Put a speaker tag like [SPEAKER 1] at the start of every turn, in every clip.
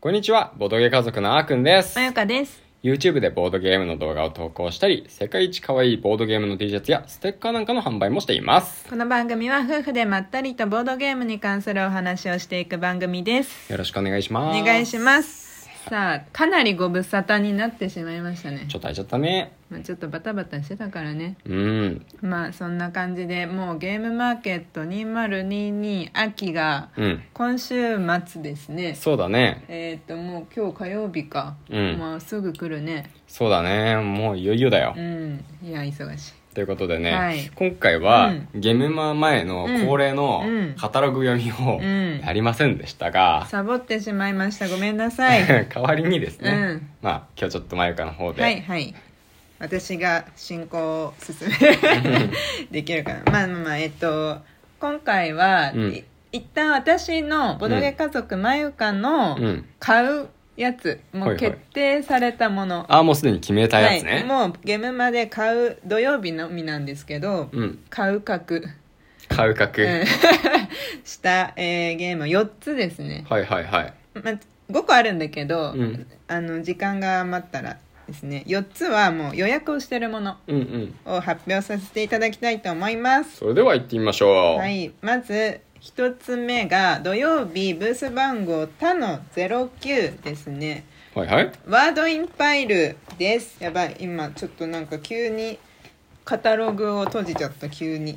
[SPEAKER 1] こんにちは、ボードゲー家族のあーくんです
[SPEAKER 2] ま。ゆかです。
[SPEAKER 1] YouTube でボードゲームの動画を投稿したり、世界一可愛いボードゲームの T シャツやステッカーなんかの販売もしています。
[SPEAKER 2] この番組は夫婦でまったりとボードゲームに関するお話をしていく番組です。
[SPEAKER 1] よろしくお願いしま
[SPEAKER 2] お
[SPEAKER 1] す。
[SPEAKER 2] 願いします。さあ、かなりご無沙汰になってしまいましたね。
[SPEAKER 1] ちょっと空いちゃったね。
[SPEAKER 2] まあ、ちょっとバタバタしてたからね。
[SPEAKER 1] うん。
[SPEAKER 2] まあそんな感じでもうゲームマーケット2022秋が
[SPEAKER 1] うん。
[SPEAKER 2] 今週末ですね。
[SPEAKER 1] そうだね。
[SPEAKER 2] えっ、ともう今日火曜日か。
[SPEAKER 1] うん
[SPEAKER 2] もうすぐ来るね。
[SPEAKER 1] そうだね。もういよいよだよ。
[SPEAKER 2] うん。いや忙しい。
[SPEAKER 1] ということでね、
[SPEAKER 2] はい
[SPEAKER 1] 今回は、
[SPEAKER 2] うん
[SPEAKER 1] ゲームマ前の恒例の
[SPEAKER 2] うん
[SPEAKER 1] カタログ読みを
[SPEAKER 2] うん
[SPEAKER 1] やりませんでしたが、
[SPEAKER 2] サボってしまいました。ごめんなさい。
[SPEAKER 1] 代わりにですね、
[SPEAKER 2] うん
[SPEAKER 1] まあ今日ちょっとまゆかの方で、
[SPEAKER 2] はいはい私が進行を進 めできるかなまあまあまあえっと今回は、
[SPEAKER 1] うん
[SPEAKER 2] い一旦私のボドゲ家族まゆかの
[SPEAKER 1] うん
[SPEAKER 2] 買うやつ、も
[SPEAKER 1] はいは
[SPEAKER 2] う
[SPEAKER 1] い
[SPEAKER 2] 決定されたもの、
[SPEAKER 1] ああもうすでに決めたやつ
[SPEAKER 2] はい
[SPEAKER 1] ね、
[SPEAKER 2] もうゲームまで買う土曜日のみなんですけど、
[SPEAKER 1] うん
[SPEAKER 2] 買う格、
[SPEAKER 1] 買う額、
[SPEAKER 2] うん した、えーゲーム4つですね、
[SPEAKER 1] はいはいはい
[SPEAKER 2] まあ、5個あるんだけど、
[SPEAKER 1] うん
[SPEAKER 2] あの時間が余ったらですね4つはもう予約をしてるもの
[SPEAKER 1] うんうん
[SPEAKER 2] を発表させていただきたいと思います
[SPEAKER 1] それでは行ってみましょう
[SPEAKER 2] はいまず1つ目が土曜日ブース番号他の09ですね
[SPEAKER 1] はい はい
[SPEAKER 2] ワードインパイルですやばい今ちょっとなんか急にカタログを閉じちゃった急に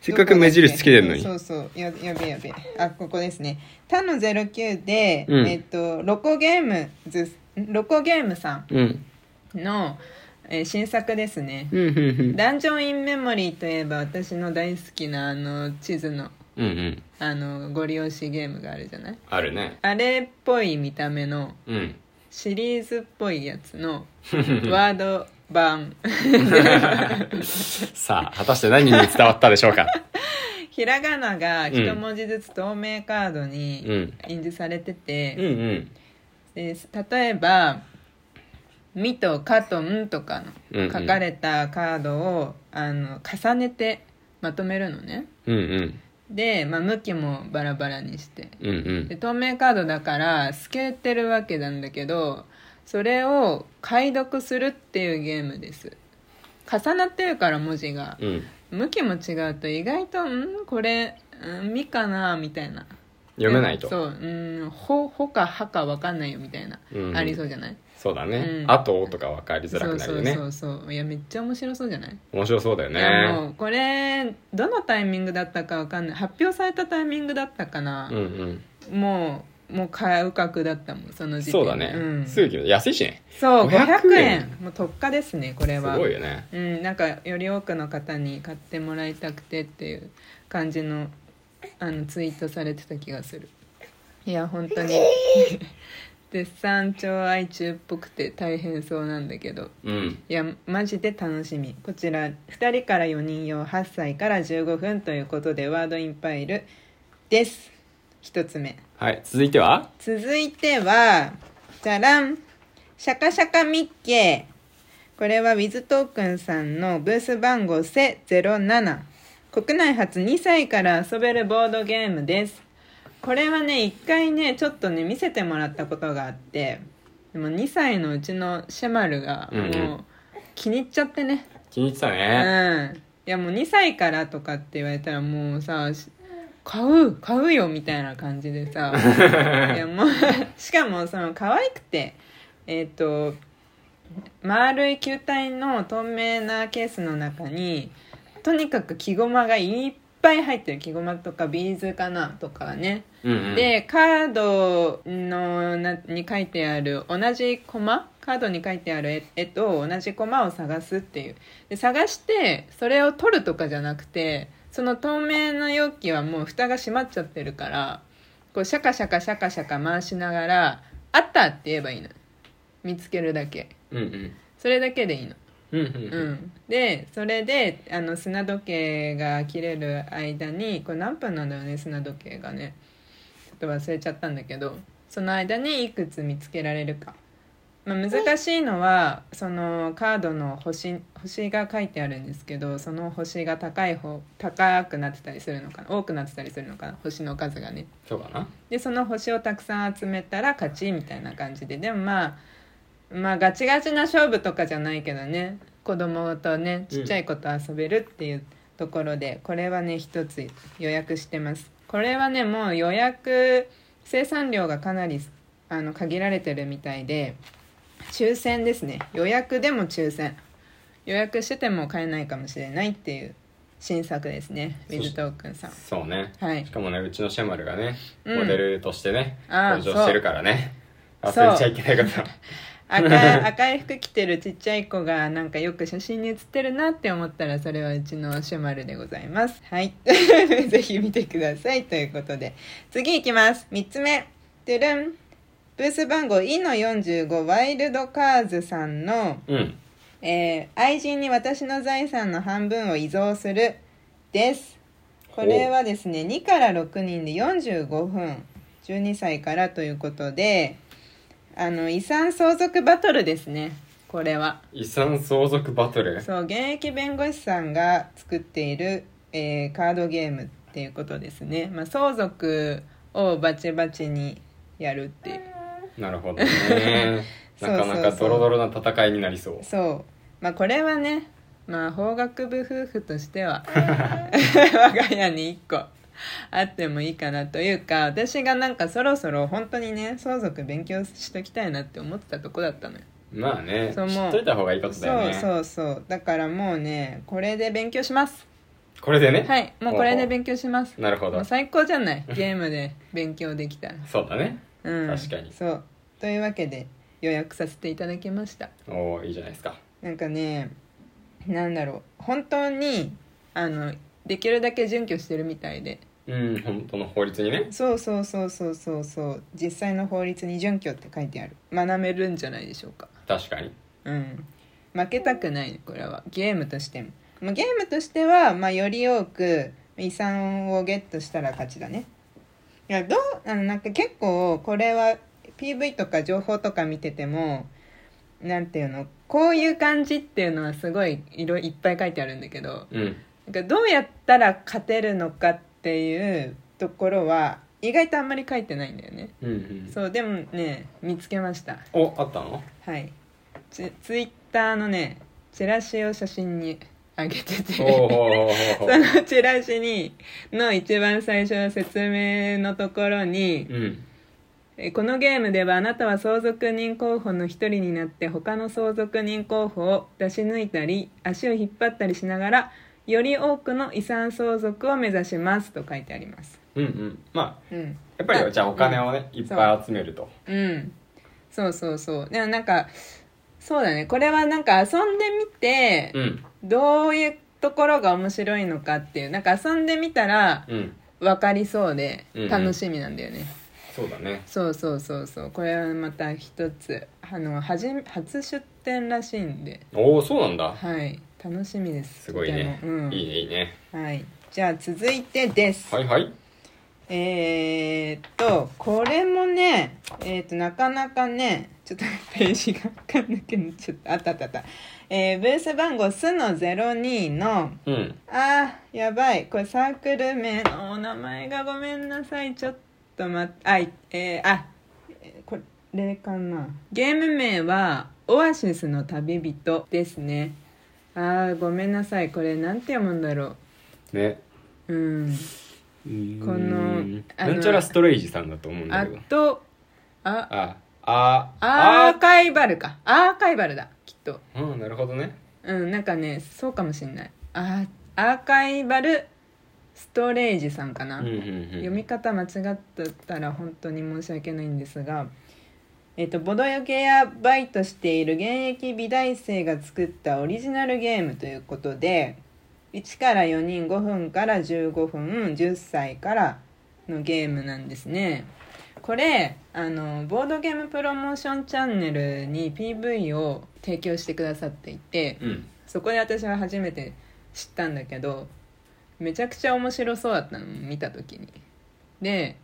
[SPEAKER 1] せっかく目印つけてるのに
[SPEAKER 2] そうそうややべやべあここですね他の09で、
[SPEAKER 1] うん
[SPEAKER 2] えっとロコゲームズロコゲームさん
[SPEAKER 1] うん
[SPEAKER 2] の、えー新作ですね
[SPEAKER 1] うんうん
[SPEAKER 2] 「ダンジョン・イン・メモリー」といえば私の大好きなあの地図の
[SPEAKER 1] うんうんうん
[SPEAKER 2] あのご利用しゲームがあるじゃない
[SPEAKER 1] あるね
[SPEAKER 2] あれっぽい見た目の
[SPEAKER 1] うん
[SPEAKER 2] シリーズっぽいやつのワード 版
[SPEAKER 1] さあ果たして何に伝わったでしょうか
[SPEAKER 2] ひらがなが一文字ずつ透明カード
[SPEAKER 1] う
[SPEAKER 2] に
[SPEAKER 1] ん
[SPEAKER 2] 印字され
[SPEAKER 1] う
[SPEAKER 2] て
[SPEAKER 1] ん
[SPEAKER 2] て、
[SPEAKER 1] うん
[SPEAKER 2] で例えば「み」と「か」と「ん」とか
[SPEAKER 1] うんうん
[SPEAKER 2] の書かれたカードをあの重ねてまとめるのね
[SPEAKER 1] うんうん
[SPEAKER 2] で、まあ、向きもバラバラにして
[SPEAKER 1] うんうん
[SPEAKER 2] で透明カードだから透けてるわけなんだけどそれを解読するっていうゲームです重なってるから文字が
[SPEAKER 1] うん
[SPEAKER 2] 向きも違うと意外と「んこれ「ん」みかなみたいな
[SPEAKER 1] 読めないと
[SPEAKER 2] そう「うんほ」ほか「は」か分かんないよみたいな、
[SPEAKER 1] うん
[SPEAKER 2] ありそうじゃない
[SPEAKER 1] そうだね、
[SPEAKER 2] うん
[SPEAKER 1] あととか分かりづらくなるよね
[SPEAKER 2] そうそうそういやめっちゃ面白そうじゃない
[SPEAKER 1] 面白そうだよ
[SPEAKER 2] い
[SPEAKER 1] ね
[SPEAKER 2] やもうこれどのタイミングだったか分かんない発表されたタイミングだったかな、
[SPEAKER 1] うん
[SPEAKER 2] もうもう買う額だったもんそ
[SPEAKER 1] う
[SPEAKER 2] の
[SPEAKER 1] ん
[SPEAKER 2] 時点
[SPEAKER 1] そう
[SPEAKER 2] で
[SPEAKER 1] だね、
[SPEAKER 2] うん、
[SPEAKER 1] すぐ決めた安いしね
[SPEAKER 2] そう
[SPEAKER 1] 500
[SPEAKER 2] 500円
[SPEAKER 1] 円
[SPEAKER 2] もう特価ですねこれ
[SPEAKER 1] す
[SPEAKER 2] は
[SPEAKER 1] ごいよね
[SPEAKER 2] うん、なんかより多くの方に買ってもらいたくてっていう感じのあのツイートされてた気がするいや本 当に絶賛調愛中っぽくて大変そうなんだけど
[SPEAKER 1] うん
[SPEAKER 2] いやマジで楽しみこちら2人から4人用8歳から15分ということでワードインパイルです1つ目
[SPEAKER 1] はい続いては
[SPEAKER 2] 続いてはじゃらんシャカシャカミッケーこれはウィズトークンさんのブース番号セ07国内初2歳から遊べるボードゲームですこれはね一回ねちょっとね見せてもらったことがあってでも2歳のうちのシェマルが
[SPEAKER 1] うんうん
[SPEAKER 2] もう気に入っちゃってね
[SPEAKER 1] 気に入ってた
[SPEAKER 2] うん、
[SPEAKER 1] ね、
[SPEAKER 2] いやもう2歳からとかって言われたらもうさし買う買うよみたいな感じでさいやもうしかもその可愛くてえっ、と丸い球体の透明なケースの中にとにかく木駒がいっぱい入ってる木駒とかビーズかなとかね、
[SPEAKER 1] うんうん、
[SPEAKER 2] でカードのなに書いてある同じコマカードに書いてある絵絵と同じコマを探すっていうで探してそれを取るとかじゃなくてその透明な容器はもう蓋が閉まっちゃってるからこうシャカシャカシャカシャカ回しながら「あった!」って言えばいいの見つけるだけ
[SPEAKER 1] うんうん
[SPEAKER 2] それだけでいいの
[SPEAKER 1] うんうん
[SPEAKER 2] う
[SPEAKER 1] うん
[SPEAKER 2] ん、でそれであの砂時計が切れる間にこれ何分なんだよね砂時計がねちょっと忘れちゃったんだけどその間にいくつ見つけられるかまあ、難しいのはそのカードの星星が書いてあるんですけどその星が高い方高くなってたりするのかな多くなってたりするのかな星の数がね
[SPEAKER 1] そうかな
[SPEAKER 2] でその星をたくさん集めたら勝ちみたいな感じででもまあまあガチガチな勝負とかじゃないけどね子供とねちっちゃい子と遊べるっていうところで、これはね一つ予約してますこれはねもう予約生産量がかなりあの限られてるみたいで抽選ですね予約でも抽選予約してても買えないかもしれないっていう新作ですねウィズトークンさん
[SPEAKER 1] そうね、
[SPEAKER 2] はい
[SPEAKER 1] しかもねうちのシェマルがね
[SPEAKER 2] うん
[SPEAKER 1] モデルとしてね、
[SPEAKER 2] あー
[SPEAKER 1] 登場してるからね
[SPEAKER 2] そう
[SPEAKER 1] 忘れちゃいけないこと
[SPEAKER 2] 赤い赤い服着てるちっちゃい子がなんかよく写真に写ってるなって思ったらそれはうちのシュマルでございますはい ぜひ見てくださいということで次いきます3つ目てるんブース番号 E の45ワイルドカーズさんの、
[SPEAKER 1] うん
[SPEAKER 2] えー愛人に私の財産の半分を遺贈する」ですこれはですね2から6人で45分12歳からということであの遺産相続バトルですねこれは
[SPEAKER 1] 遺産相続バトル
[SPEAKER 2] そう現役弁護士さんが作っている、えーカードゲームっていうことですね、まあ、相続をバチバチにやるっていう
[SPEAKER 1] なるほどね
[SPEAKER 2] そうそう
[SPEAKER 1] な
[SPEAKER 2] そ
[SPEAKER 1] か
[SPEAKER 2] う
[SPEAKER 1] なかドロドロな戦いになりそう
[SPEAKER 2] そうまあこれはねまあ法学部夫婦とし ては我が家に1個あってもいいかなというか私がなんかそろそろ本当にね相続勉強しときたいなって思ってたとこだったのよ
[SPEAKER 1] まあね知
[SPEAKER 2] そうもう
[SPEAKER 1] っといた方がいいことだよね
[SPEAKER 2] そうそうそうだからもうねこれで勉強します
[SPEAKER 1] これでね
[SPEAKER 2] はいもうこれで勉強します
[SPEAKER 1] なるほ
[SPEAKER 2] も
[SPEAKER 1] ど
[SPEAKER 2] う最高じゃないゲームで勉強できたら、
[SPEAKER 1] そうだね
[SPEAKER 2] うん、
[SPEAKER 1] 確かに
[SPEAKER 2] そうというわけで予約させていただきました
[SPEAKER 1] おおいいじゃないですか
[SPEAKER 2] なんかねなんだろう本当にあのできるだけ準拠してるみたいで
[SPEAKER 1] うん本当の法律にね
[SPEAKER 2] そうそうそうそうそうそう実際の法律に準拠って書いてある学べるんじゃないでしょうか
[SPEAKER 1] 確かに
[SPEAKER 2] うん負けたくないこれはゲームとしてもまあゲームとしては、まあ、より多く遺産をゲットしたら勝ちだねいやどうあのなんか結構これは PV とか情報とか見ててもなんていうのこういう感じっていうのはすごいいろいっぱい書いてあるんだけど
[SPEAKER 1] うん
[SPEAKER 2] なんかどうやったら勝てるのかっていうところは意外とあんまり書いてないんだよね
[SPEAKER 1] うんうん
[SPEAKER 2] そうでもね見つけました
[SPEAKER 1] おあったの
[SPEAKER 2] はいツツイッターのねチラシを写真にあげてて
[SPEAKER 1] お
[SPEAKER 2] そ
[SPEAKER 1] お
[SPEAKER 2] のチラシにの一番最初の説明のところに
[SPEAKER 1] うん
[SPEAKER 2] えこのゲームではあなたは相続人候補の一人になって他の相続人候補を出し抜いたり足を引っ張ったりしながらより多くの遺産相続を目指しますと書いてあります
[SPEAKER 1] うんうんまあ
[SPEAKER 2] うん
[SPEAKER 1] やっぱ
[SPEAKER 2] あ
[SPEAKER 1] りじゃあお金をねいっぱい集めると
[SPEAKER 2] うんそうそうそうでもなんかそうだねこれはなんか遊んでみて
[SPEAKER 1] うん
[SPEAKER 2] どういうところが面白いのかっていうなんか遊んでみたら
[SPEAKER 1] うん
[SPEAKER 2] 分かりそうで
[SPEAKER 1] うんうん
[SPEAKER 2] 楽しみなんだよね、
[SPEAKER 1] そうだね
[SPEAKER 2] そうそうそうそうこれはまた一つあのはじめ初出店らしいんで
[SPEAKER 1] おおそうなんだ
[SPEAKER 2] はい楽しみです
[SPEAKER 1] すごいね
[SPEAKER 2] とてもうん
[SPEAKER 1] いいねいいね
[SPEAKER 2] はい、じゃあ続いてです、
[SPEAKER 1] はいはい
[SPEAKER 2] えー、っとこれもねえー、っとなかなかねちょっとページが分かんなくなっちゃったあったあったあった、えー、ブース番号すの02の「
[SPEAKER 1] うん
[SPEAKER 2] あーやばいこれサークル名のお名前がごめんなさいちょっと待ってあいえー、あえーこれかなゲーム名は「オアシスの旅人」ですねあーごめんなさいこれなんて読むんだろ
[SPEAKER 1] ね
[SPEAKER 2] ううん
[SPEAKER 1] この
[SPEAKER 2] のあの
[SPEAKER 1] なんちゃらストレイジさんだと思うんだ
[SPEAKER 2] あ
[SPEAKER 1] けど
[SPEAKER 2] とあ
[SPEAKER 1] ああ
[SPEAKER 2] アーカイバルかアーカイバルだきっと
[SPEAKER 1] あうんなるほどね
[SPEAKER 2] うんなんかねそうかもしんないあアーカイバルストレージさんか
[SPEAKER 1] う
[SPEAKER 2] な、
[SPEAKER 1] んうんうん
[SPEAKER 2] 読み方間違ってたら本当に申し訳ないんですが、えっとボドヨケやバイトしている現役美大生が作ったオリジナルゲームということで1から4人5分から15分10歳からのゲームなんですねこれあのボードゲームプロモーションチャンネルに PV を提供してくださっていて
[SPEAKER 1] うん
[SPEAKER 2] そこで私は初めて知ったんだけどめちゃくちゃ面白そうだったの見た時にで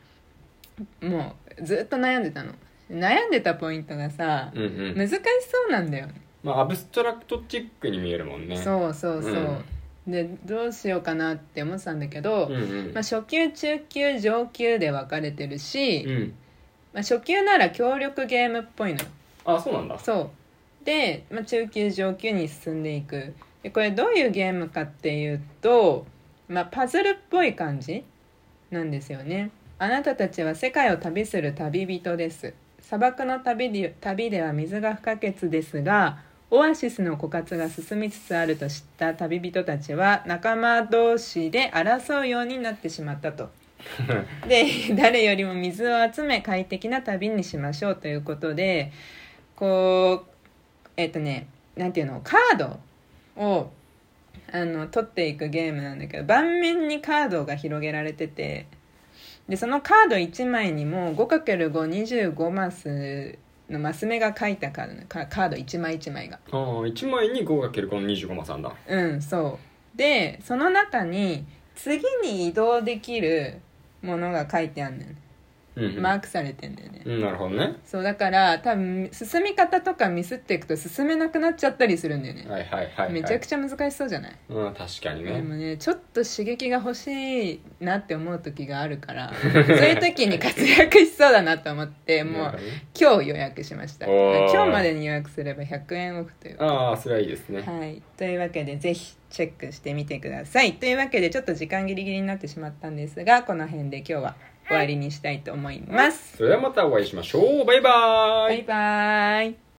[SPEAKER 2] もうずっと悩んでたの悩んでたポイントがさ、
[SPEAKER 1] うんうん
[SPEAKER 2] 難しそうなんだよね、
[SPEAKER 1] まあアブストラクトチックに見えるもんね
[SPEAKER 2] そうそうそう、でどうしようかなって思ってたんだけ
[SPEAKER 1] う
[SPEAKER 2] ど、
[SPEAKER 1] んうん
[SPEAKER 2] まあ、初級中級上級で分かれてるし、
[SPEAKER 1] うん
[SPEAKER 2] まあ、初級なら協力ゲームっぽいのよ
[SPEAKER 1] あそうなんだ
[SPEAKER 2] そうで、まあ、中級上級に進んでいくでこれどういうゲームかっていうと、まあ、パズルっぽい感じなんですよねあなたたちは世界を旅する旅人です砂漠の旅で旅では水が不可欠ですがオアシスの枯渇が進みつつあると知った旅人たちは仲間同士で争うようになってしまっ たとで誰よりも水を集め快適な旅にしましょうということでこうえっ、とねなんていうのカードをあの取っていくゲームなんだけど盤面にカードが広げられててでそのカード1枚にも 5×525 マスのマス目が書いたカードなカカード1枚1枚が
[SPEAKER 1] ああ一枚に 5× この25マスなんだ
[SPEAKER 2] うんそうでその中に次に移動できるものが書いてあるんだよね
[SPEAKER 1] うんうん
[SPEAKER 2] マークされてんだよね
[SPEAKER 1] うんなるほどね
[SPEAKER 2] そうだから多分進み方とかミスっていくと進めなくなっちゃったりするんだよね
[SPEAKER 1] はいはいはい、はい、
[SPEAKER 2] めちゃくちゃ難しそうじゃない、
[SPEAKER 1] うん確かに
[SPEAKER 2] で
[SPEAKER 1] ね
[SPEAKER 2] もねちょっと刺激が欲しいなって思う時があるか らそういう時に活躍しそうだなと思っても
[SPEAKER 1] なんか
[SPEAKER 2] う
[SPEAKER 1] ね
[SPEAKER 2] 今日予約しました
[SPEAKER 1] お
[SPEAKER 2] 今
[SPEAKER 1] ー
[SPEAKER 2] 日までに予約すれば100円オフという
[SPEAKER 1] ああそれはいいですね
[SPEAKER 2] はい、というわけでぜひチェックしてみてくださいというわけでちょっと時間ギリギリになってしまったんですがこの辺で今日は終わりにしたいと思います
[SPEAKER 1] それではまたお会いしましょうバイバーイ
[SPEAKER 2] バイバーイ